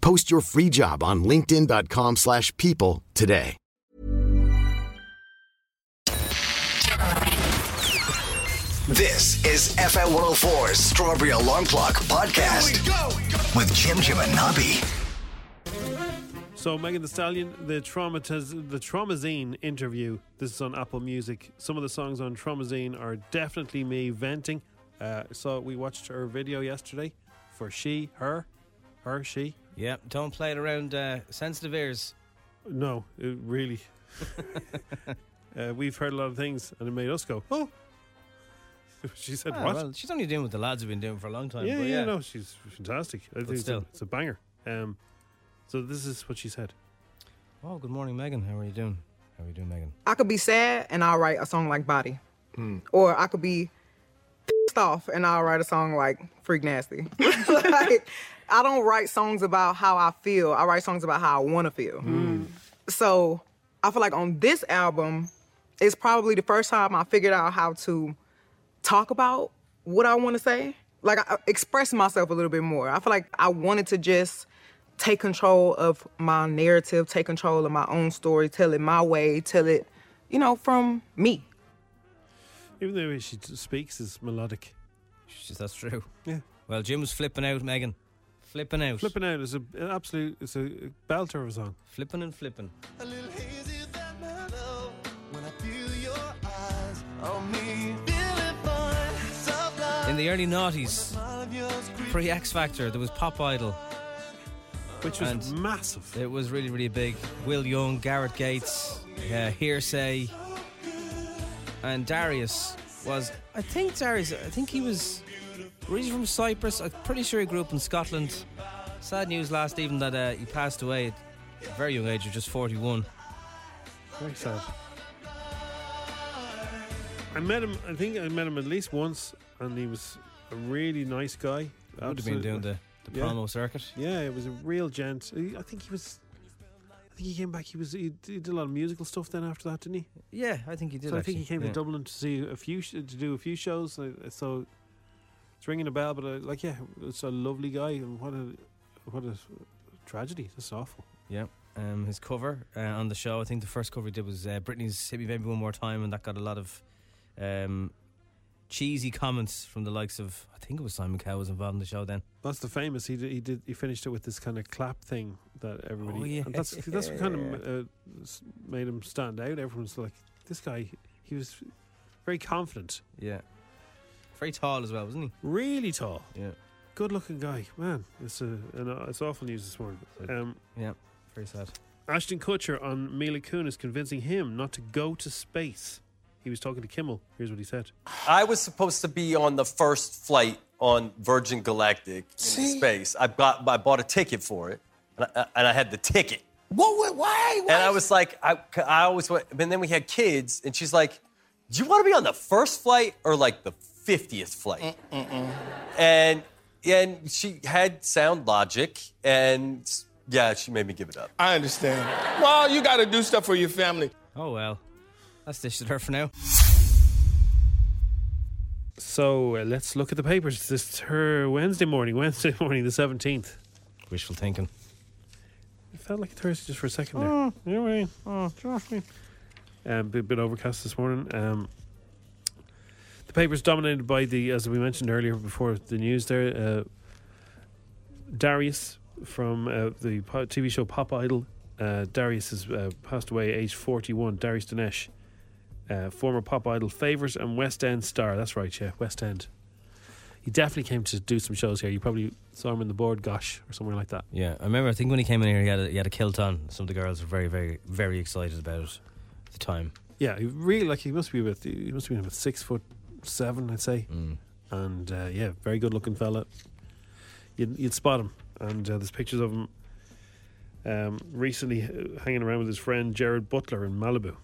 Post your free job on linkedin.com/people slash people today. This is FM 104's Strawberry Alarm Clock Podcast with Jim Jim and Nobby. So Megan the Stallion, the traumatiz- the Traumazine interview. This is on Apple Music. Some of the songs on Traumazine are definitely me venting. Uh, so we watched her video yesterday for she, her, her, she. Yep, don't play it around uh, sensitive ears. No, it really. uh, we've heard a lot of things, and it made us go, "Oh." she said, Ah, "What?" Well, she's only doing what the lads have been doing for a long time. yeah, but yeah, yeah, no, she's fantastic. I think it's a, still. it's a banger. Um, so this is what she said. Oh, good morning, Megan. How are you doing? How are you doing, Megan? I could be sad and I'll write a song like Body. Or I could be pissed off and I'll write a song like Freak Nasty. like, I don't write songs about how I feel. I write songs about how I want to feel. So I feel like on this album, it's probably the first time I figured out how to talk about what I want to say. Like, I I express myself a little bit more. I feel like I wanted to just take control of my narrative, take control of my own story, tell it my way, tell it, you know, from me. Even the way she t- speaks is melodic. She's, that's true. Yeah. Well, Jim was flipping out, Megan. Flipping out. Flipping out is a, an absolute. It's a belter of a song. Flipping and flipping. A little hazy that mellow when I feel your eyes on me. Feeling fine, soft In the early noughties, all of yours pre E X Factor, there was Pop Idol. which was And- massive. It was really, really big. Will Young, Garrett Gates, uh, Hearsay, and Darius was. I think Darius. I think he was originally from Cyprus. I'm pretty sure he grew up in Scotland. Sad news last evening that uh, he passed away at a very young age of just 41. Very sad. I met him. I think I met him at least once, and he was a really nice guy. Would have been Absolutely. doing the, the Yeah. promo circuit. Yeah, it was a real gent. He- I think he was. I think he came back. He was. He, d- he did a lot of musical stuff then after that, didn't he? Yeah, I think he did. so I actually. think he came yeah. to Dublin to see a few sh- to do a few shows. So, so it's ringing a bell, but I, like, yeah, it's a lovely guy, and what a what a tragedy. That's awful. Yeah. Um, his cover uh, on the show, I think the first cover he did was uh, Britney's Hit Me Baby One More Time, and that got a lot of um, cheesy comments from the likes of, I think it was Simon Cowell was involved in the show then. That's the famous. He did, he did. He finished it with this kind of clap thing that everybody. Oh, yeah. and that's that's what kind of uh, s- made him stand out. Everyone's like, this guy. He was very confident, Yeah. Very tall as well, wasn't really tall, he? Yeah. good looking guy. Man, it's a an, uh, it's awful news this morning. Um, Yeah. Very sad. Ashton Kutcher on Mila Kunis convincing him not to go to space. He was talking to Kimmel. Here's what he said. I was supposed to be on the first flight on Virgin Galactic into space. I got I bought a ticket for it, and I, and I had the ticket. What? Why? And I was like, I, I always went. And then we had kids, and she's like, "Do you want to be on the first flight or like the fiftieth flight?" And and she had sound logic, and yeah, she made me give it up. I understand. Well, you got to do stuff for your family. Oh, well. That's dish at her for now. So uh, let's look at the papers. This is her Wednesday morning, Wednesday morning, the seventeenth. Wishful thinking. It felt like Thursday just for a second there. Anyway, oh, trust me. Um, bit, bit overcast this morning. Um, the paper's dominated by the, as we mentioned earlier before the news there, uh, Darius from uh, the po- TV show Pop Idol Uh, Darius has uh, passed away, age 41. Darius Dinesh, uh, former pop idol, favourite and West End star. That's right, yeah, West End. He definitely came to do some shows here. You probably saw him in the board, gosh, or somewhere like that. Yeah, I remember. I think when he came in here, he had a, he had a kilt on. Some of the girls were very, very, very excited about it at the time. Yeah, he really like he must be about he must be about six foot seven, I'd say, and uh, yeah, very good looking fella. You'd, you'd spot him, and uh, there's pictures of him um, recently uh, hanging around with his friend Jared Butler in Malibu.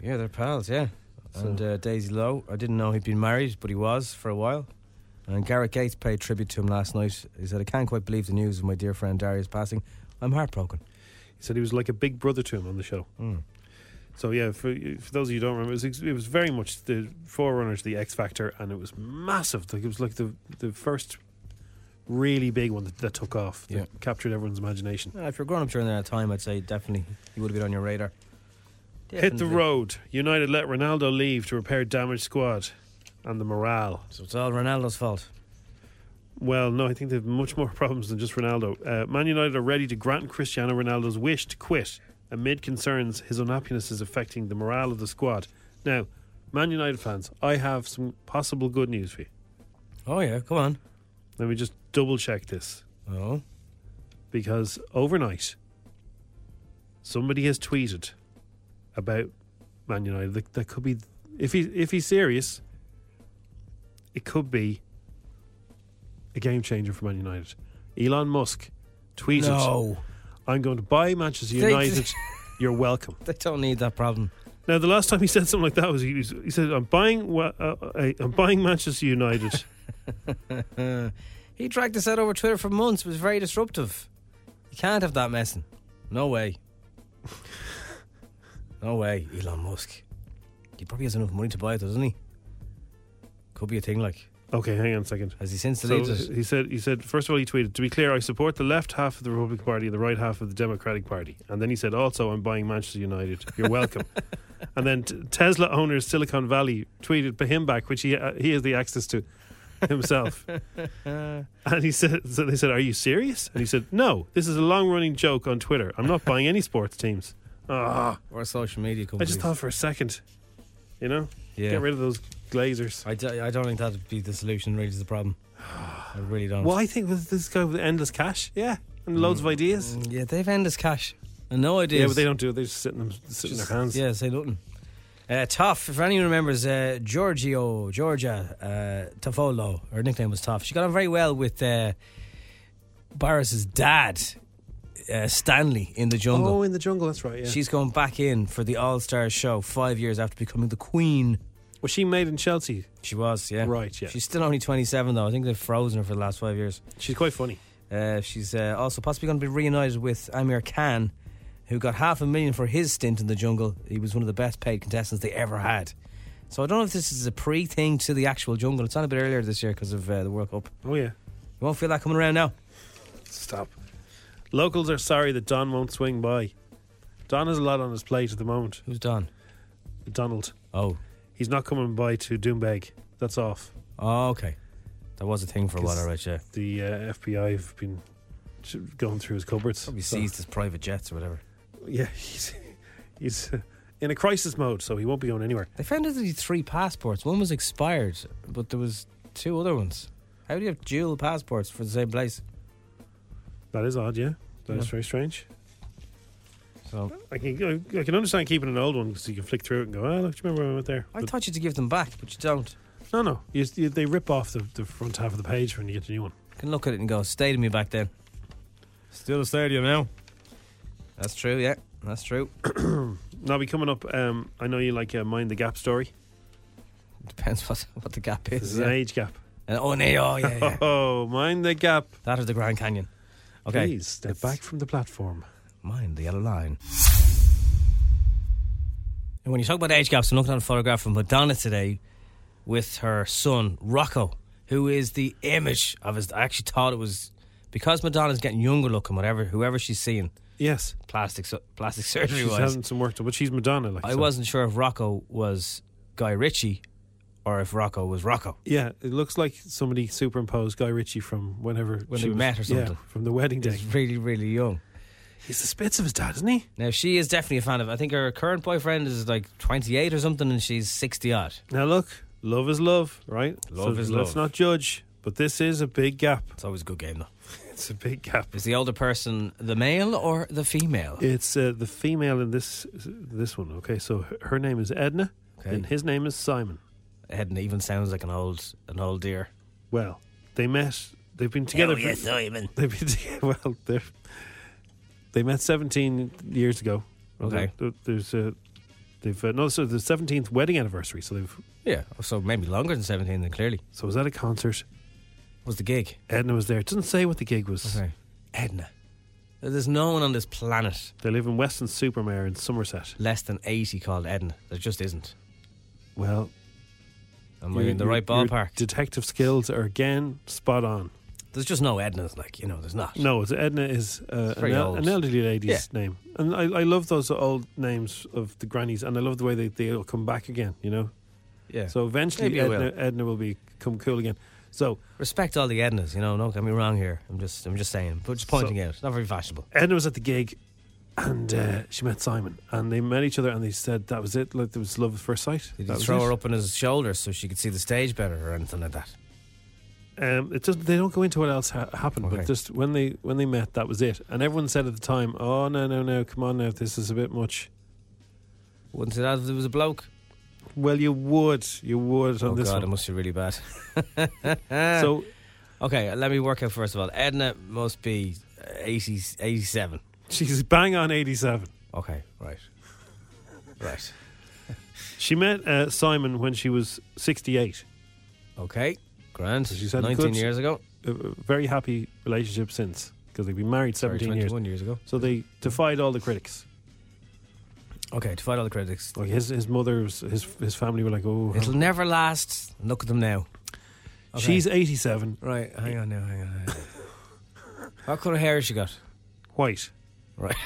Yeah, they're pals. Yeah, and uh, Daisy Lowe. I didn't know he'd been married, but he was for a while. And Garrett Gates paid tribute to him last night. He said, "I can't quite believe the news of my dear friend Darius passing. I'm heartbroken." Hmm. He said he was like a big brother to him on the show. So yeah, for, for those of you who don't remember, it was, ex- it was very much the forerunner to the X Factor, and it was massive. Like it was like the the first really big one that, that took off. That Yeah. captured everyone's imagination. Yeah, Ah, if you're growing up during that time, I'd say definitely you would have been on your radar. Hit the road. United let Ronaldo leave to repair damaged squad and the morale. So it's all Ronaldo's fault. Well, no, I think they've much more problems than just Ronaldo. Uh, Man United are ready to grant Cristiano Ronaldo's wish to quit amid concerns his unhappiness is affecting the morale of the squad. Now, Man United fans, I have some possible good news for you. Oh yeah, come on. Let me just double check this Oh, because overnight somebody has tweeted about Man United that, that could be if he if he's serious, it could be a game changer for Man United. Elon Musk tweeted, no, "I'm going to buy Manchester They- United. You're welcome." they don't need that problem. Now, the last time he said something like that was he, was- he said, "I'm buying wa- uh, uh, I'm buying Manchester United." He dragged us out over Twitter for months. It was very disruptive. You can't have that messing. No way. no way, Elon Musk. He probably has enough money to buy it, doesn't he? Could be a thing like. okay, hang on a second. Has he since So deleted it? he said, he said, first of all, he tweeted, to be clear, I support the left half of the Republican Party and the right half of the Democratic Party. And then he said, also, I'm buying Manchester United. You're welcome. and then t- Tesla owner Silicon Valley tweeted p- him back, which he, uh, he has the access to himself. and he said, so they said, are you serious? And he said, no, this is a long running joke on Twitter. I'm not buying any sports teams. Ah, Or a social media I company? just thought for a second, you know, Yeah. get rid of those glazers. I, d- I don't think that'd be the solution, really, to the problem. I really don't. Well, I think with this guy with endless cash, yeah, and loads of ideas. Mm. Yeah, they've endless cash. And no ideas. Yeah, but they don't do it. They just sit in, them, sit in their hands. Yeah, say nothing. Uh, Toff, if anyone remembers, uh, Giorgio, Georgia uh, Toffolo, her nickname was Toff. She got on very well with uh, Boris's dad, uh, Stanley, in the jungle. Oh, in the jungle. That's right. Yeah. She's going back in for the All Stars show five years after becoming the Queen. was she made in Chelsea? She was, yeah. Right, yeah. She's still only 27, though. I think they've frozen her for the last five years. She's quite funny. Uh, she's uh, also possibly going to be reunited with Amir Khan, who got half a million for his stint in the jungle. He was one of the best paid contestants they ever had. So I don't know if this is a pre thing to the actual jungle. It's on a bit earlier this year because of uh, the World Cup. Oh yeah. You won't feel that coming around now. Stop. Locals are sorry that Don won't swing by. Don has a lot on his plate at the moment. Who's Don? Donald, Oh, he's not coming by to Doombeg. That's off. oh okay. That was a thing for a while, all right, yeah. The uh, FBI have been ch- going through his cupboards. Probably So- seized his private jets or whatever. yeah, he's he's uh, in a crisis mode, so he won't be going anywhere. They found out that he had three passports. One was expired, but there was two other ones. How do you have dual passports for the same place? That is odd. Yeah, that is Yeah. very strange. So I can I can understand keeping an old one because you can flick through it and go, oh, look, do you remember when I went there? I But thought you'd give them back, but you don't. no, no, you, you, they rip off the, the front half of the page when you get the new one. can look at it and go, stay to me back then. Still a stadium now. That's true, yeah. That's true. Now we coming up. Um, I know you like uh, mind the gap story. Depends what, what the gap This is. is an Yeah. age gap. And, oh, no, oh, yeah, yeah. Oh, mind the gap. that is the Grand Canyon. Okay. Please step it's- back from the platform. Mind the yellow line. And when you talk about age gaps, I'm looking at a photograph of Madonna today with her son, Rocco, who is the image of his. I actually thought it was because Madonna's getting younger looking, whatever, whoever she's seeing, Yes, plastic, su- plastic surgery she's wise. having some work done, but she's Madonna. Like I so. wasn't sure if Rocco was Guy Ritchie or if Rocco was Rocco. Yeah, it looks like somebody superimposed Guy Ritchie from whenever When she they was- met or yeah, something. from the wedding day. He's really, really young. He's the spits of his dad, isn't he? Now she is definitely a fan of. I think her current boyfriend is like 28 or something, and she's 60 odd. Now look, love is love, right? Love so is Let's love. not judge, but this is a big gap. It's always a good game though. It's a big gap. Is the older person the male or the female? It's uh, the female in this this one. Okay, so her- her name is Edna, Okay. and his name is Simon. Heading even sounds like an old an old deer. Well, they met. They've been together. Oh, for- yeah, Simon. They've been together. Well, they're, they met 17 years ago. Well, Okay. there- There's a. They've uh, no, so the 17th wedding anniversary. So they've. Yeah, Oh, so maybe longer than 17 then clearly. So was that a concert? Was the gig. Edna was there. It doesn't say what the gig was. Okay. Edna. There's no one on this planet They live in Weston Supermare in Somerset. less than 80 called Edna. There just isn't. Well, Am I your- in the right your- your ballpark? Detective skills are again spot on. There's just no Ednas, like, you know, there's not. No, it's Edna is uh, an, very el- old. an elderly lady's name, and I, I love those old names of the grannies, and I love the way they they all come back again. You know, Yeah. so eventually Maybe I will. Edna, Edna will become cool again. So Respect all the Ednas, you know, don't get me wrong here. I'm just I'm just saying, but just pointing out. It's not very fashionable. Edna was at the gig, and uh, she met Simon, and they met each other, and they said that was it. Like there was love at first sight. Did That he was throw it. her up on his shoulders so she could see the stage better or anything like that? Um, it doesn't. They don't go into what else ha- happened, Okay. but just when they when they met, that was it. And everyone said at the time, "Oh no, no, no! Come on now, this is a bit much." Wouldn't say that if it was a bloke. Well, you would, you would on Oh this god, it one. must be really bad. So Okay, let me work out first of all. Edna must be uh, 80, 87. she's bang on eighty-seven. Okay, right. Right. She met uh, Simon when she was 68. Okay, grand. she said 19 good- years ago. A a very happy relationship since, because they've been married Sorry, 17 years. 21 years ago. So they defied all the critics. Okay, to fight all the critics. Like his his mother, was- his his family were like, oh, It'll never last. Look at them now. Okay. she's 87, Right, hang on now, hang on. Hang on. what colour hair has she got? white. Right.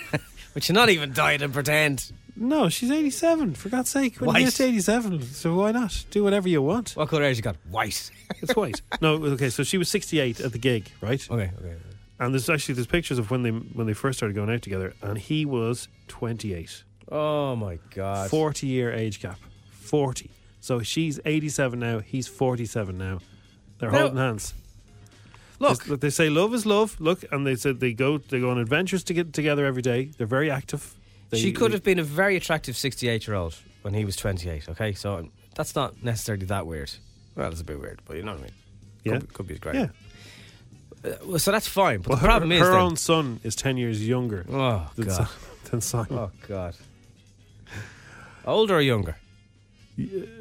but you're not even dyed and pretend. No, she's 87. For God's sake, when you White. get to 87, so why not do whatever you want? What colour hair has she got? White. It's white. no, okay. So she was 68 at the gig, right? Okay, okay. And there's actually there's pictures of when they when they first started going out together, and he was 28. Oh my Uh, god. 40 year age gap. 40. So she's 87 now, he's 47 now. They're Now- holding hands. Look, They, they say love is love. Look, and they said they go they go on adventures to get together every day. They're very active. They, she could have been a very attractive 68 year old when he was 28, okay? So um, that's not necessarily that weird. Well, it's a bit weird, but you know what I mean? Yeah. Could, be- could be great. Uh, Yeah. Well, so that's fine, but Well, the problem her, is. her then- own son is 10 years younger Oh, than, God. Si- than Simon. Oh, God. Older or younger?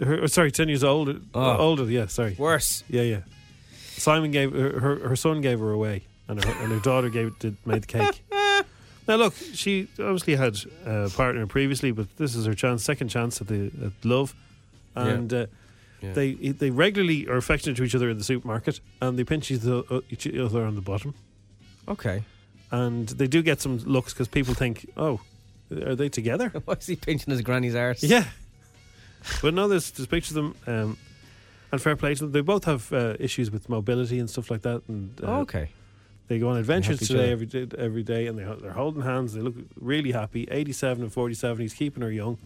Her- sorry, 10 years older. Oh. Older, yeah, sorry. Worse. Yeah, yeah. Simon gave her, her, her son gave her away, and her, and her daughter gave did, made the cake. now look, she obviously had a partner previously, but this is her chance, second chance at the at love, and uh, Yeah. they they regularly are affectionate to each other in the supermarket, and they pinch each other, each other on the bottom, Okay. and they do get some looks because people think, oh, are they together? Why is he pinching his granny's arse? Yeah. But no, there's, there's pictures of them. Um, and fair play to them. They both have uh, issues with mobility and stuff like that. And uh, Oh, okay. they go on adventures help each today other. every day, every day, and they're, they're holding hands. They look really happy. 87 and 47. He's keeping her young.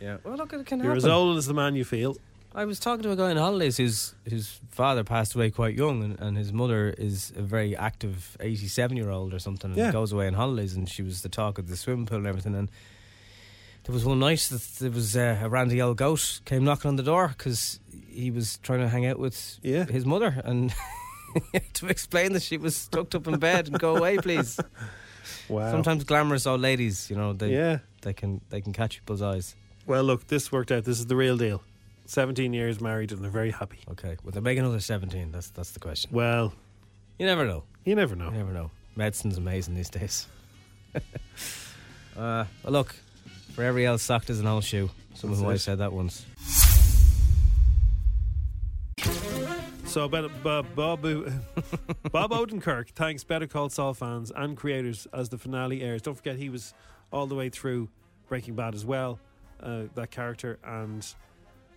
Yeah. Well, look, it can You're as happen. old as the man you feel. I was talking to a guy on holidays whose whose father passed away quite young, and, and his mother is a very active eighty-seven year old or something, and Yeah. goes away on holidays, and she was the talk of the swimming pool and everything. And there was one night that there was uh, a randy old goat came knocking on the door because he was trying to hang out with Yeah. his mother, and to explain that she was tucked up in bed and go away, please. Wow. Sometimes glamorous old ladies, you know, they Yeah. they can they can catch people's eyes. Well, look, this worked out. This is the real deal. 17 years married, and they're very happy. Okay, will they make another seventeen? That's that's the question. Well, You never know. you never know. You never know. Medicine's amazing these days. uh, well, look, for every else sock there's an old shoe. Someone That's who it. always said that once. So, better, Bob, Bob, Bob Odenkirk thanks Better Call Saul fans and creators as the finale airs. Don't forget, he was all the way through Breaking Bad as well, uh, that character, and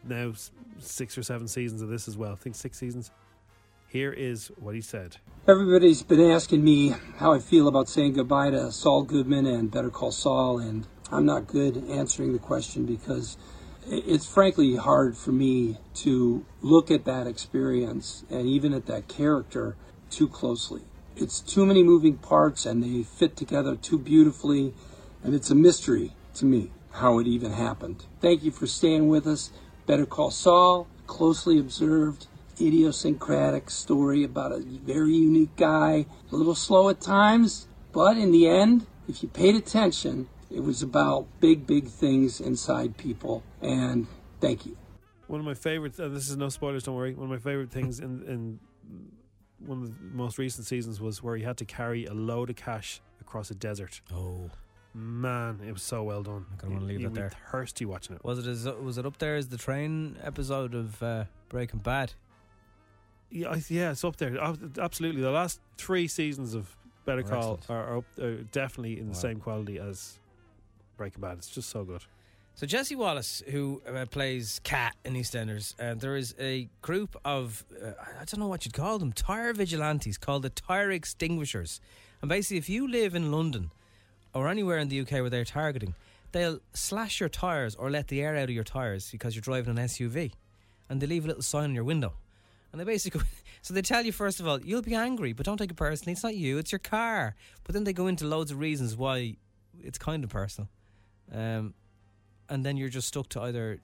now s- six or seven seasons of this as well. I think six seasons. Here is what he said. Everybody's been asking me how I feel about saying goodbye to Saul Goodman and Better Call Saul, and I'm not good answering the question because i- it's frankly hard for me to look at that experience and even at that character too closely. It's too many moving parts and they fit together too beautifully, and it's a mystery to me how it even happened. Thank you for staying with us. Better Call Saul, closely observed idiosyncratic story about a very unique guy. A little slow at times, but in the end, if you paid attention, it was about big, big things inside people. And thank you. One of my favorites, and this is no spoilers, don't worry. One of my favorite things in, in one of the most recent seasons was where he had to carry a load of cash across a desert. Oh. Man, it was so well done. I'm gonna wanna leave that there. thirsty watching it. Was it as, was it up there as the train episode of uh, Breaking Bad? Yeah, I- yeah, it's up there. Oh, Ab- Absolutely. The last three seasons of Better Are Call excellent. are, are, up, are definitely in the Wow. same quality as Breaking Bad. It's just so good. So Jesse Wallace, who uh, plays Cat in EastEnders, uh, there is a group of uh, I don't know what you'd call them, tire vigilantes called the tire extinguishers. And basically, if you live in London or anywhere in the UK where they're targeting, they'll slash your tires or let the air out of your tires because you're driving an SUV, and they leave a little sign on your window. And they basically, so they tell you first of all, you'll be angry, but don't take it personally. It's not you, it's your car. But then they go into loads of reasons why it's kind of personal. Um, and then you're just stuck to either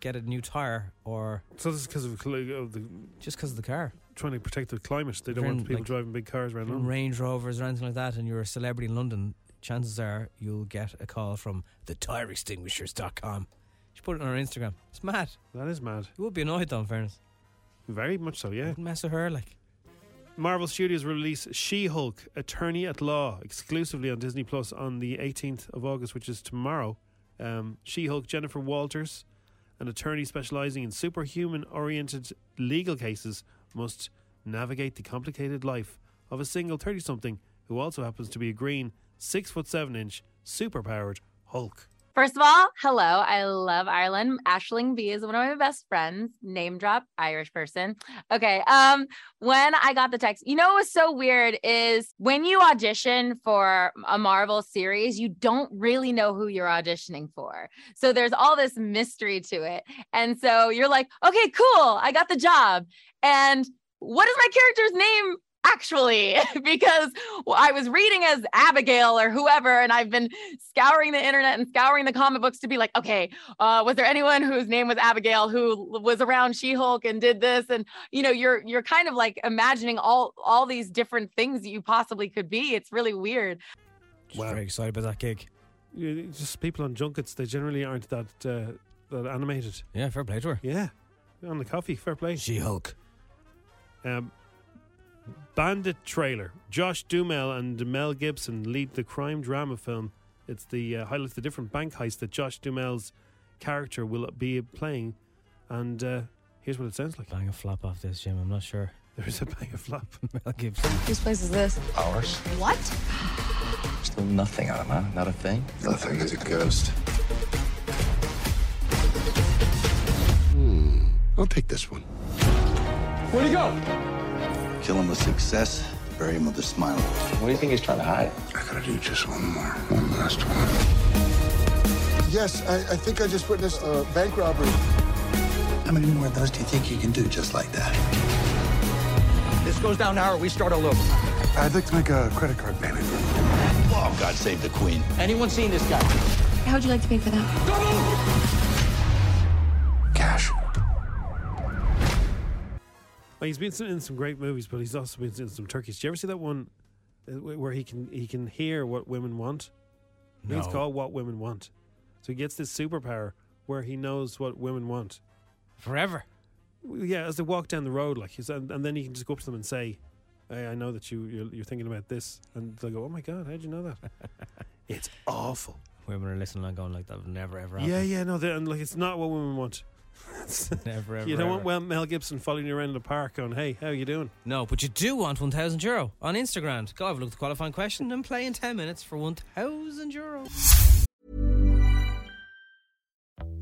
get a new tire or So this is because of, cl- of the, just because of the car. trying to protect the climate. They don't You're want in, people like, driving big cars around. London. Range Rovers or anything like that, and you're a celebrity in London, chances are you'll get a call from the tireextinguishers.com. She put it on her Instagram. It's mad. That is mad. You would be annoyed though, in fairness. Very much so, yeah. Wouldn't mess with her, like. Marvel Studios release She-Hulk: Attorney at Law exclusively on Disney Plus on the 18th of August, which is tomorrow. Um, She-Hulk Jennifer Walters, an attorney specializing in superhuman-oriented legal cases, must navigate the complicated life of a single 30-something who also happens to be a green, six foot seven inch, super-powered Hulk. First of all, hello. I love Ireland. Ashling B is one of my best friends. Name drop, Irish person. Okay. Um, when I got the text, you know what was so weird is when you audition for a Marvel series, you don't really know who you're auditioning for. So there's all this mystery to it. And so you're like, okay, cool, I got the job. And what is my character's name? Actually, because I was reading as Abigail or whoever, and I've been scouring the internet and scouring the comic books to be like, okay, uh, was there anyone whose name was Abigail who was around She-Hulk and did this? And you know, you're you're kind of like imagining all all these different things that you possibly could be. It's really weird. Just very excited about that gig. Yeah, Just people on junkets, they generally aren't that uh, that animated. Yeah, fair play to her. Yeah, on the coffee, fair play. She Hulk. Um, Bandit trailer. Josh Dumel and Mel Gibson lead the crime drama film. It's the uh, highlights the different bank heists that Josh Dumel's character will be playing, and uh, here's what it sounds like. Bang a flop off this, Jim. I'm not sure. There is a bang of flop. Mel Gibson. Whose place is this? Ours? What? Still nothing on him, huh? Not a thing? Nothing is a ghost. Hmm. I'll take this one. Where'd he go? Kill him with success, bury him with a smile. What do you think he's trying to hide? I gotta do just one more. One last one. Yes, I, I think I just witnessed a bank robbery. How many more of those do you think you can do just like that? This goes down now or we start all over. I'd like to make a credit card payment. Oh, God save the Queen. Anyone seen this guy? How would you like to pay for that? Cash. Well, he's been in some great movies, but he's also been in some turkeys. Did you ever see that one uh, wh- where he can he can hear what women want? I think It's No. called What Women Want. So he gets this superpower where he knows what women want. Forever. Yeah, as they walk down the road, like, he's- and, and then you can just go up to them and say, "Hey, I know that you you're, you're thinking about this," and they'll go, "Oh my god, how'd you know that?" it's awful. Women are listening and going like that would never ever happen. Yeah, yeah, no, they- and like, it's not what women want. Never ever. you don't ever. want well, Mel Gibson following you around in the park going, "Hey, how you doing?" No, but you do want 1,000 euro on Instagram. Go have a look at the qualifying question and play in 10 minutes for 1,000 euro.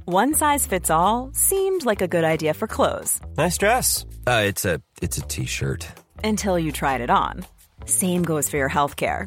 One size fits all seemed like a good idea for clothes Nice dress. Uh, it's a it's a t-shirt. until you tried it on. Same goes for your healthcare.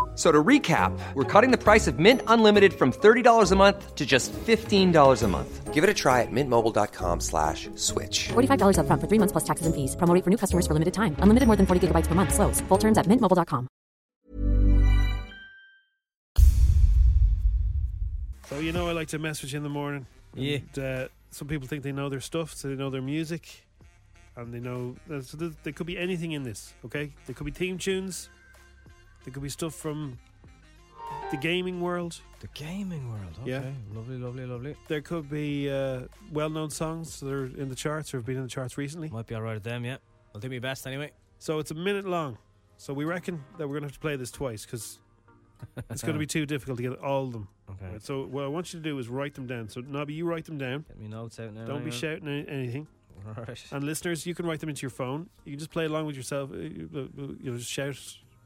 So to recap, we're cutting the price of Mint Unlimited from $30 a month to just $15 a month. Give it a try at mintmobile.com slash switch. $45 up front for three months plus taxes and fees. Promo rate for new customers for limited time. Unlimited more than 40 gigabytes per month. Slows. Full terms at mintmobile.com. So you know, I like to mess with you in the morning. Yeah. And, uh, some people think they know their stuff, so they know their music, and they know. Uh, so there, there could be anything in this. Okay, there could be theme tunes. There could be stuff from the gaming world. The gaming world. Okay. Yeah. Lovely, lovely, lovely. There could be uh, well-known songs that are in the charts or have been in the charts recently. Might be all right at them, yeah. I'll do my best anyway. So it's a minute long. So we reckon that we're going to have to play this twice because it's going to be too difficult to get all of them. Okay. Right, so what I want you to do is write them down. So Nobby, you write them down. Get me notes out now. Don't be hang on. shouting any- anything. All right. And listeners, you can write them into your phone. You can just play along with yourself. uh, You you know, just shout,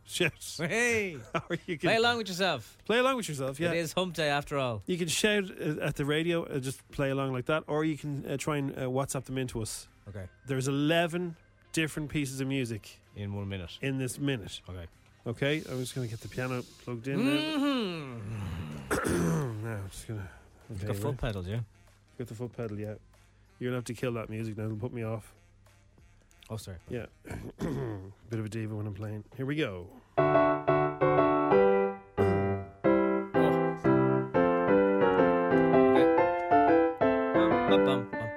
shout. Hey! or you can Play along with yourself. Play along with yourself. Yeah. It is hump day after all. You can shout uh, at the radio and just play along like that, or you can uh, try and uh, WhatsApp them into us. Okay. There's 11 different pieces of music In one minute. in this minute. Okay. Okay, I'm just going to get the piano plugged in. Mm-hmm. now. now I'm just going to. It's Mm. got foot pedals, yeah. Get the foot pedal, yeah. You're going to have to kill that music now. It'll put me off. Oh, sorry. Yeah. Bit of a diva when I'm playing. Here we go. Bum, bum, bum.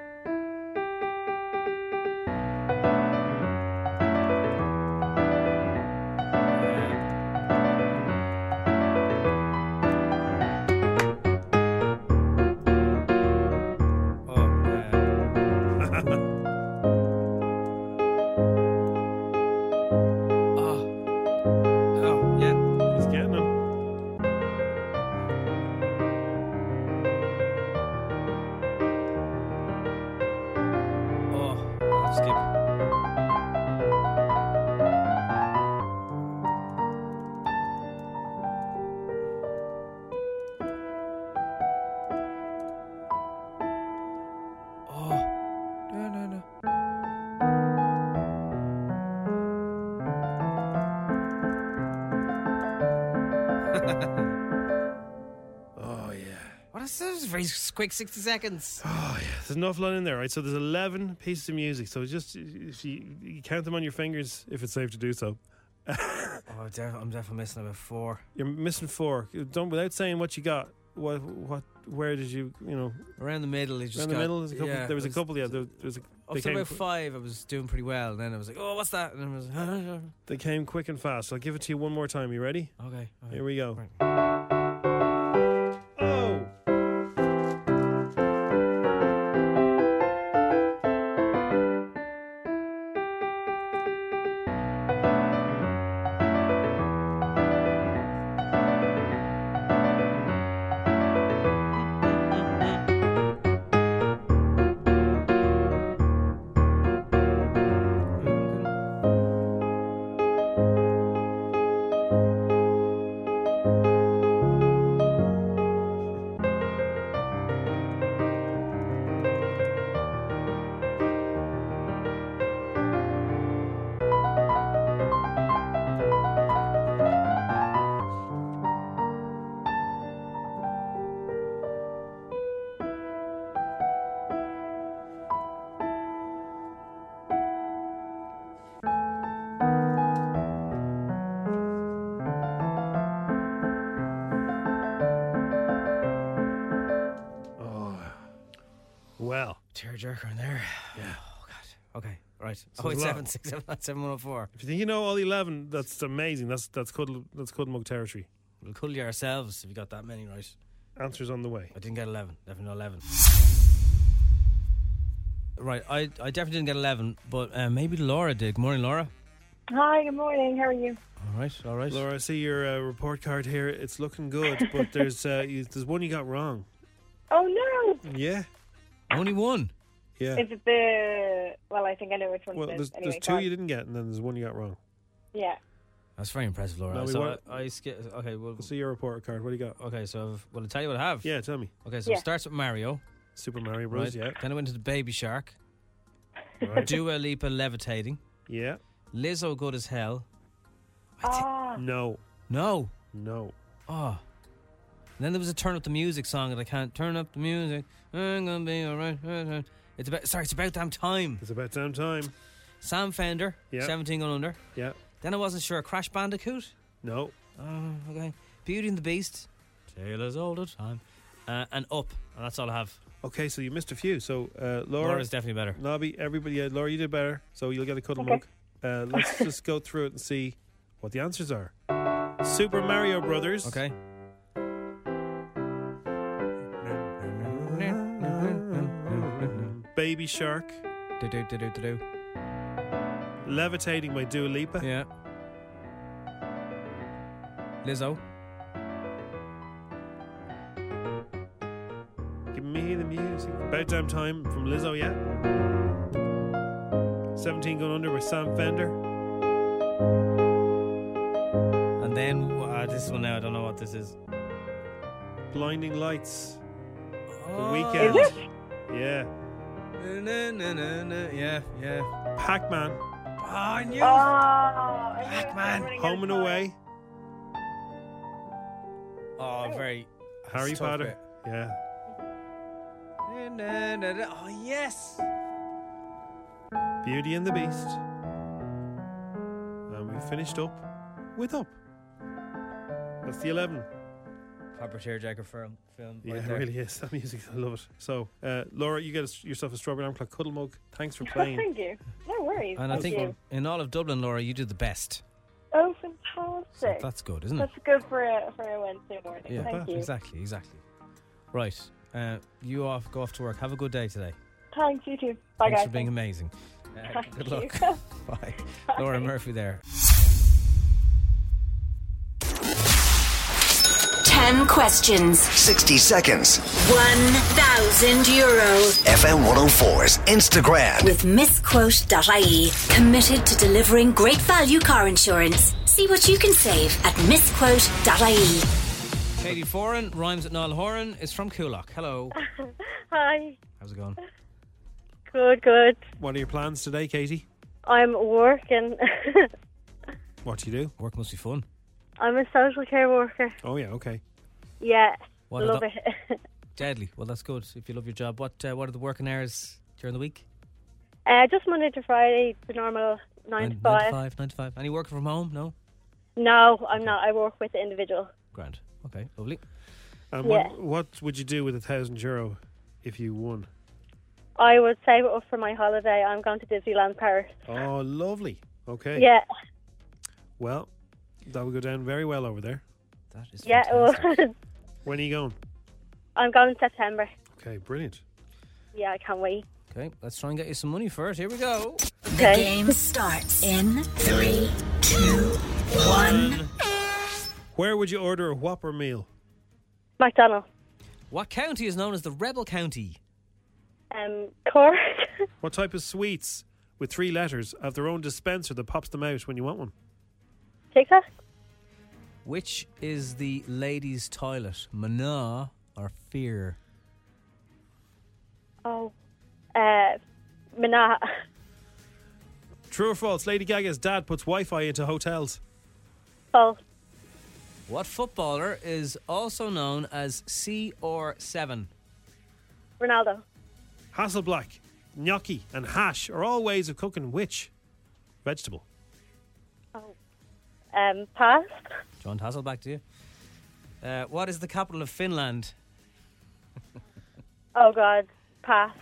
Oh, yeah. He's getting them. Oh, I'll skip. Oh, no, no, no. Oh, yeah. What is this? Very s- quick 60 seconds. Oh, yeah. There's an awful lot in there, right? So there's 11 pieces of music. So just if you, you count them on your fingers, if it's safe to do so. Oh, def- I'm definitely missing about four. You're missing four. Don't without saying what you got. What what? Where did you you know? Around the middle, it just around the got- middle, there's a couple. yeah, there was a it's- couple. Yeah, there, there was. A, Up they to came. about qui- five, I was doing pretty well, and then I was like, "Oh, what's that?" And then I was, like, They came quick and fast. I'll give it to you one more time. You ready? "Okay, okay. Here we go. Right. Oh. Oh, tearjerker in there. Yeah. Oh God. Okay. Right. So oh eight there's a lot. seven six seven nine seven one zero four. If you think you know all eleven, that's amazing. That's that's cuddle that's cuddle mug territory. We'll cuddle you ourselves if you got that many right. Answers on the way. I didn't get eleven. Definitely not eleven. Right. I I definitely didn't get eleven, but uh, maybe Laura did. Good morning, Laura. Hi, good morning. How are you? All right. All right. Laura, I see your uh, report card here. It's looking good, but there's uh, you, there's one you got wrong. Oh no! Yeah. Only one. Yeah. Is it the? Well, I think I know which one. well, it there's, is. Anyway, there's two go on. you didn't get, and then there's one you got wrong. Yeah. That's very impressive, Laura. No, we so weren't- I, I skip. Okay, well, see your report card. What do you got? Okay, so I've, well, I'll tell you what I have. Yeah, tell me. Okay, so Yeah. it starts with Mario, Super Mario Bros. right? Yeah. Then I went to the Baby Shark, Right. Dua Lipa levitating, yeah, Lizzo good as hell. Ah, No. No. No. Oh. And then there was a turn up the music song that I can't turn up the music. I'm gonna be alright. It's about sorry, it's about damn time. It's about damn time. Sam Fender, Yeah. seventeen and under. Yeah. Then I wasn't sure. Crash Bandicoot. No. Oh, okay. Beauty and the Beast. Sailors all the time. Uh, and up. And that's all I have. Okay, so you missed a few. So uh, Laura Laura's definitely better. Nobby, everybody, yeah, Laura, you did better. So you'll get a cuddle Okay. mug. Uh, let's just go through it and see what the answers are. Super Mario Brothers. Okay. Baby Shark. Do do do do do do. Levitating by Dua Lipa. Yeah. Lizzo. Give me the music. About Damn Time from Lizzo, yeah. 17 Going Under with Sam Fender. And then uh, this one now, I don't know what this is. Blinding Lights. The Oh. Weekend. Is Yeah. Na, na, na, na. Yeah, yeah. Pac Man. Oh, I knew. Ah! Pac-Man. Home and Away. Oh, very. Harry It's tough Potter. bit. Yeah. Na, na, na, na. Oh, yes. Beauty and the Beast. And we finished up with Up. That's the 11. Proper tearjerker film. film Yeah, right it there. really is. That music, I love it. So, uh, Laura, you get us- yourself a strawberry alarm clock cuddle mug. Thanks for playing. Thank you. No worries. And I Thank think you. in all of Dublin, Laura, you did the best. Oh, fantastic! That's good, isn't it? That's good for a for a Wednesday morning. Yeah, Thank you. exactly, exactly. Right. Uh, you off, go off to work. Have a good day today. Thanks you too. Bye Thanks guys. for being amazing. Uh, Thank good you. luck. Bye. Laura Murphy there. 10 questions. 60 seconds. 1,000 euros. FM 104's Instagram. With misquote.ie. Committed to delivering great value car insurance. See what you can save at misquote.ie. Katie Foran rhymes at Niall Horan is from Coolock. Hello. Hi. How's it going? Good, good. What are your plans today, Katie? I'm working. What do you do? Work must be fun. I'm a social care worker. Oh, yeah, okay. Yeah. What love about- it. Deadly. Well, that's good. If you love your job, what uh, what are the working hours during the week? uh, just Monday to Friday, the normal nine, to nine five. to five. Nine to five. Any working from home? No. No, I'm not. I work with the individual. Grand. Okay. Lovely. And Yeah. what, what would you do with a thousand euro if you won? I would save it up for my holiday. I'm going to Disneyland Paris. Oh, lovely. Okay. Yeah, Well, that would go down very well over there. That is. yeah. Well, When are you going? I'm going September. Okay, brilliant. Yeah, I can't wait. Okay. Let's try and get you some money first. Here we go. The game starts in three, two, One. Where would you order a Whopper meal? McDonald, What county is known as the Rebel County? um, Cork, What type of sweets with three letters have their own dispenser that pops them out when you want one? Tika, Which is the ladies' toilet? Mana or fear? oh, uh, Minot, True or false? Lady Gaga's dad puts Wi-Fi into hotels. False, What footballer is also known as C or seven? Ronaldo, Hasselblack, gnocchi, and hash are all ways of cooking which vegetable? Oh, um, Pass, John Hassel, back to you. Uh, what is the capital of Finland? oh God, Pass,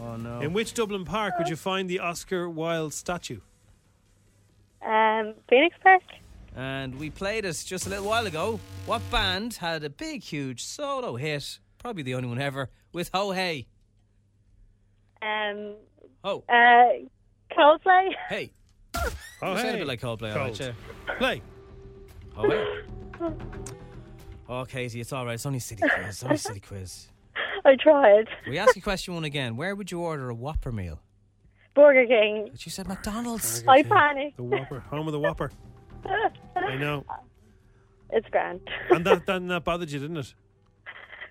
Oh no. In which Dublin park would you find the Oscar Wilde statue? Um, Phoenix Park. And we played it just a little while ago. What band had a big, huge solo hit? Probably the only one ever with Ho Hey. Um, oh. Uh, Coldplay. Hey. You sound a bit like Coldplay, all right, Cold. yeah. Play. Oh, wait. Oh, Katie, it's all right. It's only silly quiz. It's only silly quiz. I tried. We ask you question one again. Where would you order a Whopper meal? Burger King. But you said McDonald's. I panicked. The Whopper. Home of the Whopper. I know. It's grand. And that, then that bothered you, didn't it?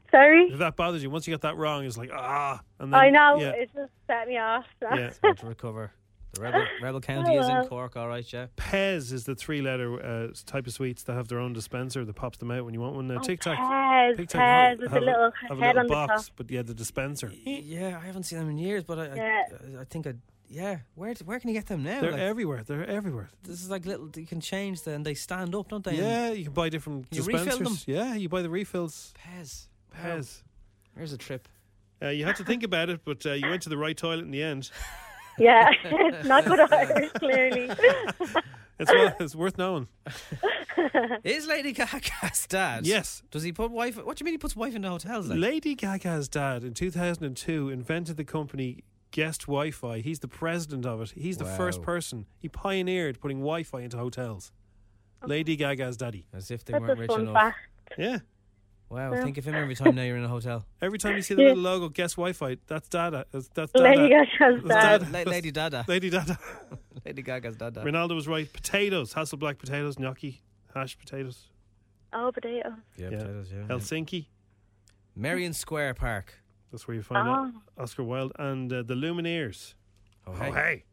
Sorry. If that bothered you, once you got that wrong, it's like, ah. And then, I know Yeah. it just set me off. Yeah. Hard to recover. The Rebel, Rebel County is in Oh, well. Cork, all right, yeah. Pez is the three letter uh, type of sweets that have their own dispenser that pops them out when you want one. Now, Tic Tac. Oh, Pez, Tic Tac have- Pez with the have little have a head little on the box, top. but yeah, the dispenser. Yeah, I haven't seen them in years, but I, I- Yeah. I, I think I, yeah. Where where can you get them now? They're Like, everywhere. They're everywhere. this is like little. You can change them. and They stand up, don't they? Yeah, you can buy different Can you refill dispensers. them? Yeah, you buy the refills. Pez. Pez. Here's a trip. Uh, you had to think about it, but uh, you went to the right toilet in the end. Yeah, it's not good Irish, clearly. It's, well, it's worth knowing. Is Lady Gaga's dad? Yes. Does he put wife? What do you mean he puts wife into hotels? Like? Lady Gaga's dad in 2002 invented the company Guest Wi Fi. He's the president of it. He's the first Wow. person. He pioneered putting Wi Fi into hotels. Lady Gaga's daddy. As if they That's a weren't rich fun enough. fact. Yeah. Wow. Yeah. Think of him every time now you're in a hotel. Every time you see the Yeah. little logo, Guest Wi Fi, that's Dada. That's, that's Dada. Lady Gaga's That's dad. Dada. La- Lady Dada. Lady Dada. Lady Gaga's dad. dad. Ronaldo was right. Potatoes, Hasselblack potatoes, gnocchi, hashed potatoes. Oh, potato. Yeah, Yeah. potatoes, yeah. Helsinki. Marion Square Park. That's where you find out Ah. Oscar Wilde and uh, the Lumineers. Oh, Oh, hey. hey.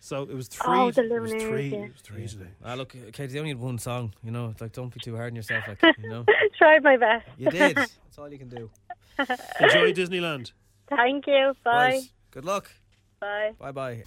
So it was three. Oh, the it was Lumineers, three, yeah. it was three today. Ah, look, Katie, they only had one song. You know, like don't be too hard on yourself. Like, you know, Tried my best. you did. That's all you can do. Enjoy Disneyland. Thank you. Bye. Right. Good luck. Bye. Bye bye.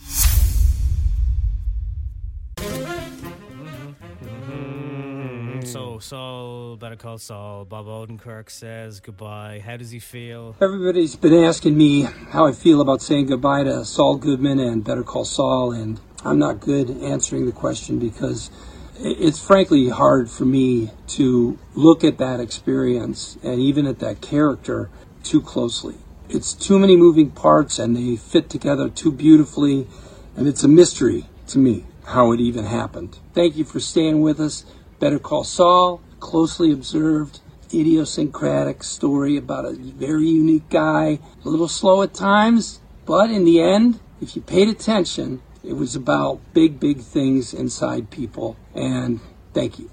Mm-hmm. So, Saul, better call Saul. Bob Odenkirk says goodbye. How does he feel? Everybody's been asking me how I feel about saying goodbye to Saul Goodman and Better Call Saul, and I'm not good answering the question because i- it's frankly hard for me to look at that experience and even at that character too closely. It's too many moving parts and they fit together too beautifully, and it's a mystery to me how it even happened. Thank you for staying with us. Better Call Saul, closely observed, idiosyncratic story about a very unique guy. A little slow at times, but in the end, if you paid attention, it was about big, big things inside people. And thank you.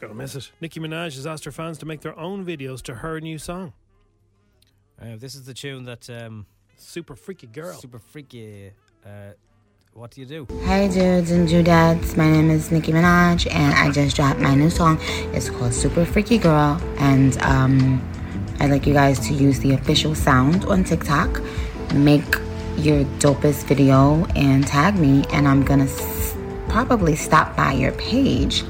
Gonna miss it. Nicki Minaj has asked her fans to make their own videos to her new song, Uh, this is the tune that um, Super Freaky Girl. super freaky. Uh, what do you do? Hey dudes and dudettes, my name is Nicki Minaj and I just dropped my new song. It's called Super Freaky Girl and um, I'd like you guys to use the official sound on TikTok. Make your dopest video and tag me and I'm gonna s- probably stop by your page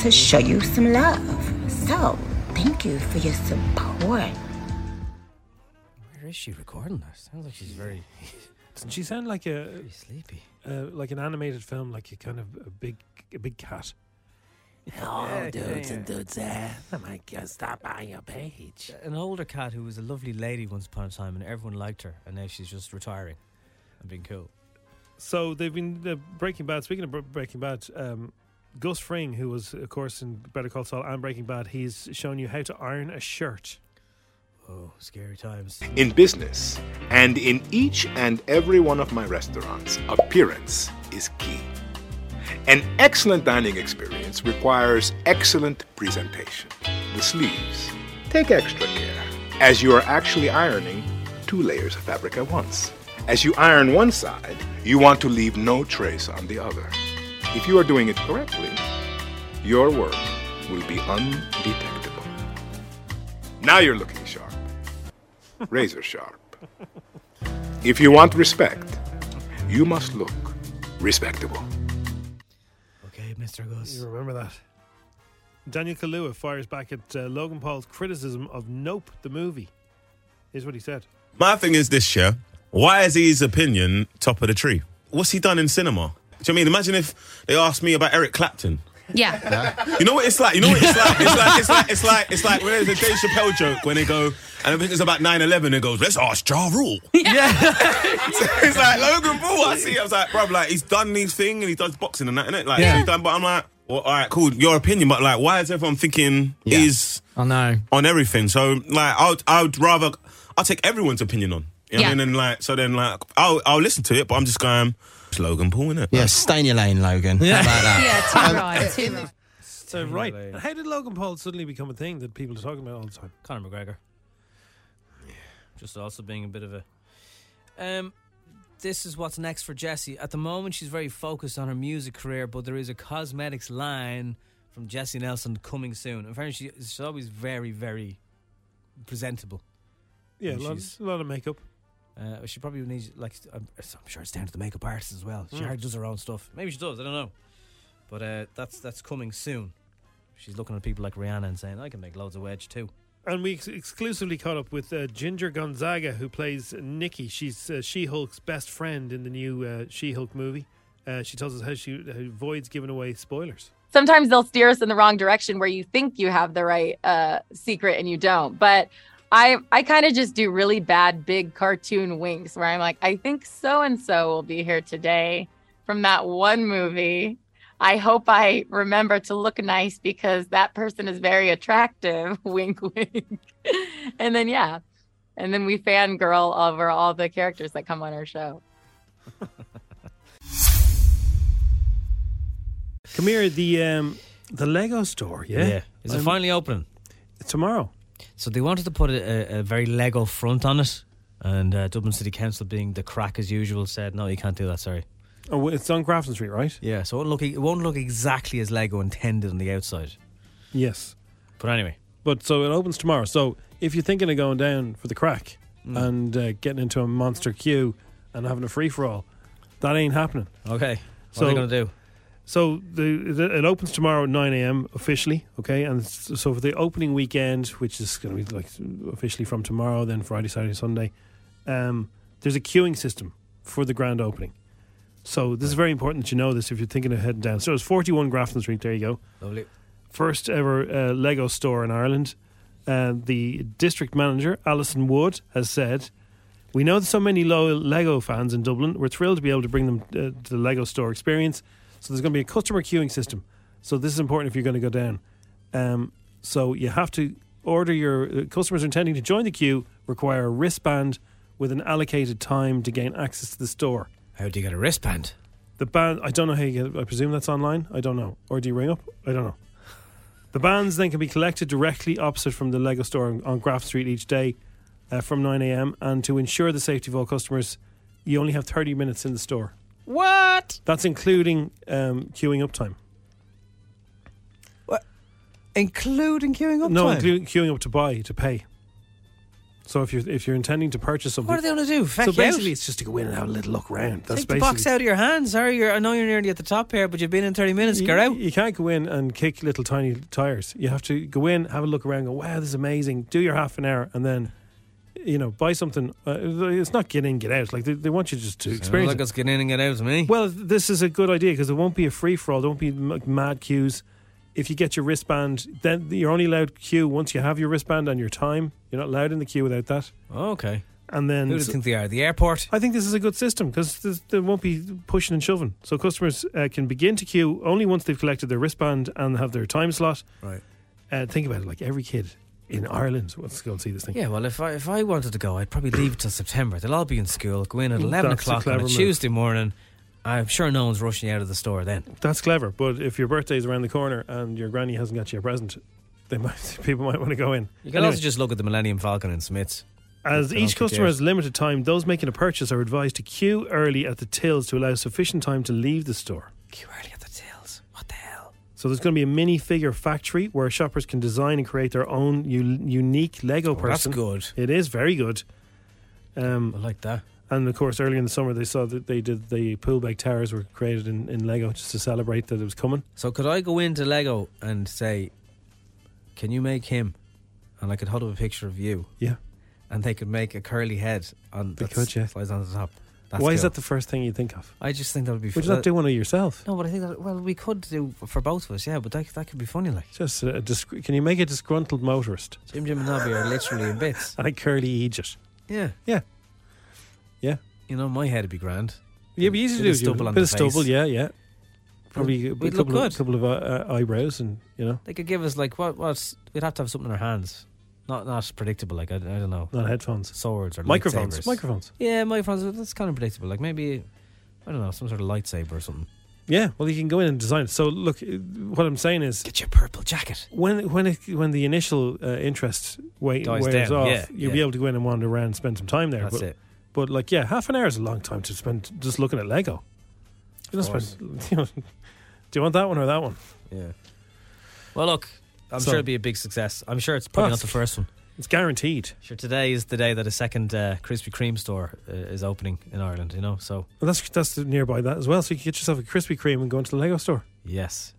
to show you some love. So, thank you for your support. Where is she recording that? Sounds like she's very, Doesn't she sound like a very sleepy. uh, like an animated film, like a kind of a big a big cat? Yeah, Oh, dudes yeah, and dudes, eh? I might just stop by your page. An older cat who was a lovely lady once upon a time, and everyone liked her, and now she's just retiring and being cool. So they've been uh, Breaking Bad. Speaking of Bre- Breaking Bad, um, Gus Fring, who was of course in Better Call Saul and Breaking Bad, he's shown you how to iron a shirt. Oh, scary times. in business and in each and every one of my restaurants, appearance is key. An excellent dining experience requires excellent presentation. The sleeves, take extra care, as you are actually ironing two layers of fabric at once. As you iron one side, you want to leave no trace on the other. If you are doing it correctly, your work will be undetectable. Now you're looking sharp razor sharp. If you want respect, you must look respectable. Okay, Mr. Gus. You remember that? Daniel Kaluuya fires back at uh, Logan Paul's criticism of Nope, the movie. Here's what he said. My thing is this, yeah. Why is his opinion top of the tree? What's he done in cinema? Do you know what I mean? Imagine if they asked me about Eric Clapton. Yeah. You know what it's like? You know what it's like? It's like, it's like, it's like, it's like when there's a Dave Chappelle joke when they go, and I think it's about 9 11, it goes, let's ask Ja Rule. Yeah. it's like, Logan Paul, I see. I was like, bruv, like, he's done these thing and he does boxing and that, innit? Like, Yeah. he's done, but I'm like, well, all right, cool, your opinion, but like, why is everyone thinking is I know. on everything? So, like, I would, I would rather, I'll take everyone's opinion on. You know Yeah. what I mean? And like, so then, like, I'll, I'll listen to it, but I'm just going, it's Logan Paul, innit? Yeah, stay in your lane, Logan. How about that? Um, Too right. So right, how did Logan Paul suddenly become a thing that people are talking about all the time? Conor McGregor. Just also being a bit of a. Um, this is what's next for Jessie. At the moment, she's very focused on her music career, but there is a cosmetics line from Jessie Nelson coming soon. In fairness, she, she's always very, very presentable. Yeah, a And lot, she's- a lot of makeup. Uh, she probably needs like I'm, I'm sure it's down to the makeup artist as well. She Mm. hardly does her own stuff. Maybe she does. I don't know. But uh, that's that's coming soon. She's looking at people like Rihanna and saying, "I can make loads of wedge too." And we ex- exclusively caught up with uh, Ginger Gonzaga, who plays Nikki. She's uh, She Hulk's best friend in the new uh, She Hulk movie. Uh, she tells us how she avoids giving away spoilers. sometimes they'll steer us in the wrong direction where you think you have the right uh, secret and you don't. But I I kind of just do really bad big cartoon winks where I'm like, I think so and so will be here today from that one movie. I hope I remember to look nice because that person is very attractive. wink, wink. and then yeah, and then we fangirl over all the characters that come on our show. Come here, the um, the Lego store. Yeah, Um, Yeah. Um, Is it finally opening? Tomorrow. So they wanted to put a, a, a very Lego front on it, and uh, Dublin City Council, being the crack as usual, said, "No, you can't do that. Sorry." Oh, well, it's on Grafton Street, right? Yeah. So it won't look e, it won't look exactly as Lego intended on the outside. Yes. But anyway, but so it opens tomorrow. So if you're thinking of going down for the crack Mm. and uh, getting into a monster queue and having a free for all, that ain't happening. Okay. What are they gonna do? So the, the it opens tomorrow at 9 a.m. officially, okay? And s- so for the opening weekend, which is going to be like officially from tomorrow, then Friday, Saturday, Sunday, um, there's a queuing system for the grand opening. So this is very important that you know this if you're thinking of heading down. So it's 41 Grafton Street. There you go. Lovely. First ever uh, Lego store in Ireland. Uh, the district manager, Alison Wood, has said, "We know there's so many loyal Lego fans in Dublin. We're thrilled to be able to bring them uh, to the Lego store experience. So there's going to be a customer queuing system. So this is important if you're going to go down. Um, so you have to order your uh, customers intending to join the queue require a wristband with an allocated time to gain access to the store. How do you get a wristband? The band, I don't know how you get. it. I presume that's online. I don't know. Or do you ring up? I don't know. The bands then can be collected directly opposite from the Lego store on, on Graff Street each day uh, from 9 a.m. And to ensure the safety of all customers, you only have 30 minutes in the store. What? That's including um, queuing up time. including queuing up no, time? including queuing up to buy to pay. So if you're if you're intending to purchase something, What are they gonna do? Feck so you out? basically, it's just to go in and have a little look round. That's Take the box basically- out of your hands. Sorry, you're, I know you're nearly at the top here, but you've been in 30 minutes. you, Get out. You can't go in and kick little tiny tires. You have to go in, have a look around, go, wow, this is amazing. Do your half an hour, and then, you know, buy something. Uh, it's not get in, get out. Like they, they want you just to experience. Look, it. it's getting in and get out to me. Well, this is a good idea because there won't be a free for all. There won't be m- mad queues. If you get your wristband, then you're only allowed queue once you have your wristband and your time. You're not allowed in the queue without that. Okay. And then Who do you think they are? The airport? I think this is a good system because there won't be pushing and shoving. So customers uh, can begin to queue only once they've collected their wristband and have their time slot. Right. Uh, think about it, like every kid in Ireland wants to go and see this thing. Yeah, well, if I if I wanted to go, I'd probably leave till September. They'll all be in school. Go in at Mm, eleven that's a o'clock on a clever move. Tuesday morning. I'm sure no one's rushing out of the store then. That's clever, but if your birthday's around the corner and your granny hasn't got you a present, they might people might want to go in. You can Anyway. also just look at the Millennium Falcon and Smiths. As They each don't customer care. has limited time, those making a purchase are advised to queue early at the tills to allow sufficient time to leave the store. Queue early at the tills? What the hell? So there's going to be a minifigure factory where shoppers can design and create their own u- unique Lego Oh, that's person. good. It is very good. Um, I like that. And of course, earlier in the summer, they saw that they did the pool bag towers were created in, in Lego just to celebrate that it was coming. So could I go into Lego and say, "Can you make him?" And I could hold up a picture of you. Yeah. and they could make a curly head on They that could, yeah. flies on the top. That's Why is cool. that the first thing you think of? I just think that would be. Would f- you not that- do one of yourself? No, but I think that well, we could do for both of us, yeah. But that, that could be funny, like Just a, disc- can you make a disgruntled motorist Jim Jim and Nobby are literally in bits. and a curly Egypt? Yeah, yeah, yeah. You know, my head would be grand. Yeah, but easy to Bit do. of Jim. stubble on bit the of stubble, face. yeah, yeah. Probably a We'd look couple good. of, couple of uh, uh, eyebrows, and you know, They could give us like what? What's we'd have to have something in our hands. Not not predictable. Like I, I don't know. Not headphones. Swords or Microphones, lightsabers. microphones. Yeah, microphones. That's kind of predictable. Like maybe I don't know some sort of lightsaber or something. yeah. Well, you can go in and design it. So look, uh, what I'm saying is, get your purple jacket. When when it, when the initial uh, interest wa- Dies wears down, off, yeah, you'll be yeah. able to go in and wander around, and spend some time there. That's but, it. But like, yeah, half an hour is a long time to spend just looking at Lego. You Of don't spend. You know, do you want that one or that one? Yeah. Well, look, I'm So- sure it'll be a big success. I'm sure it's probably Oh, not the first one. It's guaranteed. Sure, today is the day that a second uh, Krispy Kreme store uh, is opening in Ireland. You know, so Well, that's that's nearby that as well. So you can get yourself a Krispy Kreme and go into the Lego store. yes.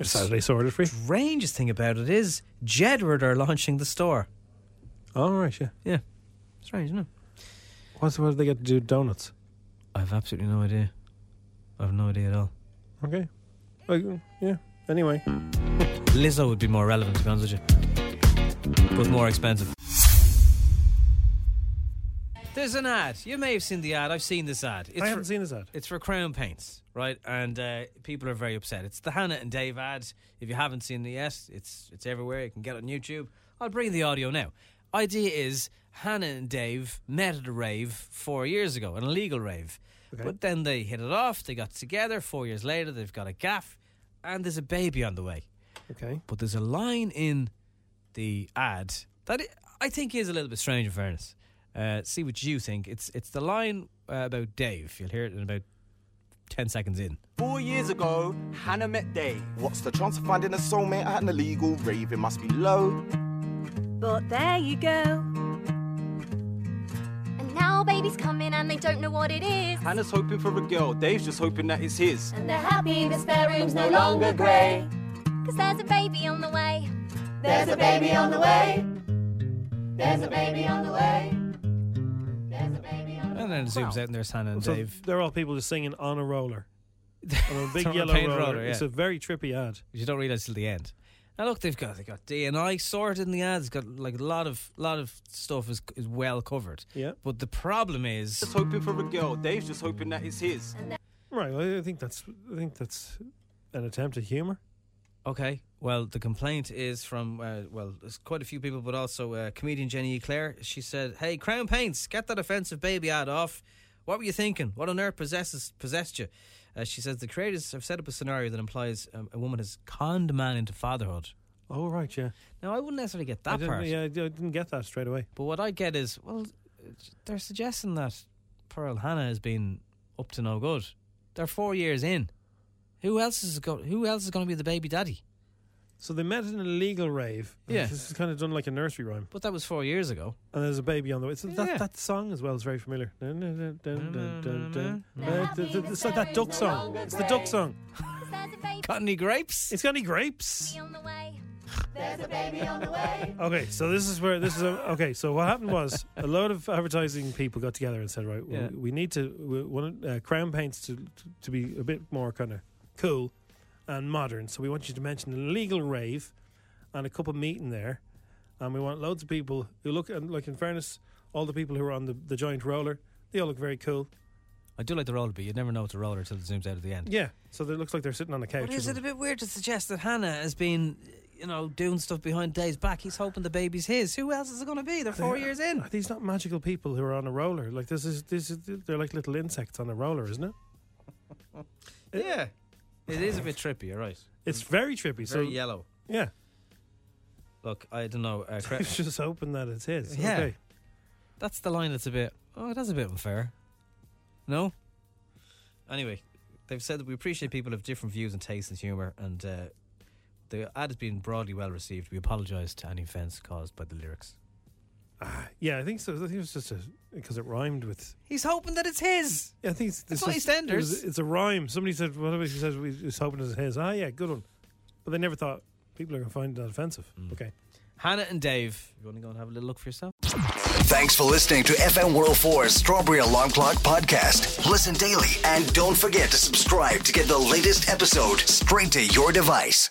Your Saturday's order free. Strangest thing about it is Jedward are launching the store. All Oh, right, yeah. Yeah. Strange, isn't it? What's what do they get to do donuts? I've absolutely no idea. I've no idea at all. Okay. Well, yeah. Anyway. Lizzo would be more relevant, to be honest with you, but more expensive. There's an ad. You may have seen the ad. I've seen this ad. It's haven't for, seen this ad. It's for Crown Paints, right? And uh, people are very upset. It's the Hannah and Dave ad. If you haven't seen it yet, it's it's everywhere. You can get it on YouTube. I'll bring the audio now. Idea is Hannah and Dave met at a rave four years ago, an illegal rave. But then they hit it off. They got together. Four years later, they've got a gaff, and there's a baby on the way. Okay. But there's a line in the ad that i I think is a little bit strange. In fairness, uh, see what you think. It's it's the line uh, about Dave. You'll hear it in about ten seconds in. Four years ago, Hannah met Dave. What's the chance of finding a soulmate at an illegal rave? It must be low. But there you go. And now baby's coming and they don't know what it is. Hannah's hoping for a girl, Dave's just hoping that it's his. And they're happy the spare room's no longer grey. Cause there's a baby on the way. There's a baby on the way. There's a baby on the way. And then it zooms out, and there's Hannah and So Dave. they're all people just singing on a roller. on a big On a yellow paint roller. roller, yeah. It's a very trippy ad. You don't realise till the end. Now look, they've got they got D and I sorted in the ads. Got like a lot of lot of stuff is is well covered. Yeah. But the problem is, Just hoping for a girl, Dave's just hoping that it's his. Right. Well, I think that's I think that's an attempt at humor. Okay. Well, the complaint is from uh, well, there's quite a few people, but also uh, comedian Jenny Eclair. She said, "Hey, Crown Paints, get that offensive baby ad off. What were you thinking? What on earth possesses possessed you?" Uh, she says the creators have set up a scenario that implies um, a woman has conned a man into fatherhood. Oh right, yeah. Now I wouldn't necessarily get I that didn't- part, Yeah, I d- I didn't get that straight away. but what I get is well, they're suggesting that Pearl Hannah has been up to no good. They're four years in. Who else is go- Who else is going to be the baby daddy? So they met in an illegal rave. Yeah. This is kind of done like a nursery rhyme. But that was four years ago. And there's a baby on the way. So Yeah. that, that song as well is very familiar. Dun, dun, dun, dun, dun, dun, dun. Uh, th- th- It's like that duck song. It's the duck song. Got any grapes? It's got any grapes. There's a baby on the way. Okay, so this is where this is. A, okay, so what happened was a load of advertising people got together and said, right, we- Yeah. we, need to we want uh, Crown Paints to to be a bit more kind of cool and modern. So we want you to mention an illegal rave and a couple meeting there, and we want loads of people who look and like in fairness, all the people who are on the, the giant roller, they all look very cool. I do like the roller, but you never know it's a roller until it zooms out at the end. Yeah, so it looks like they're sitting on a couch. But or is it a something. bit weird to suggest that Hannah has been, you know, doing stuff behind Dave's back? He's hoping the baby's his. Who else is it going to be? They're Uh, four years in. Are these not magical people who are on a roller? Like this is this is they're like little insects on a roller, isn't it? Yeah. It is a bit trippy, you're right. uh, It's very trippy. so Very yellow. Yeah. Look, I don't know. Uh, cra- He's just hoping that it's his. Yeah. Okay. That's the line that's a bit. Oh, that's a bit unfair. No. Anyway, they've said that we appreciate people of different views and tastes in humour, and uh, the ad has been broadly well received. We apologise to any offence caused by the lyrics. Yeah, I think so. I think it was just because it rhymed with. He's hoping that it's his. Yeah, I think it's, it's That's not just- EastEnders. it was- it's a rhyme. Somebody said, one of us said, we was hoping it's his. Ah, yeah, good one. But they never thought people are going to find that offensive. Okay. Hannah and Dave, you want to go and have a little look for yourself? Thanks for listening to FM 104's Strawberry Alarm Clock podcast. Listen daily and don't forget to subscribe to get the latest episode straight to your device.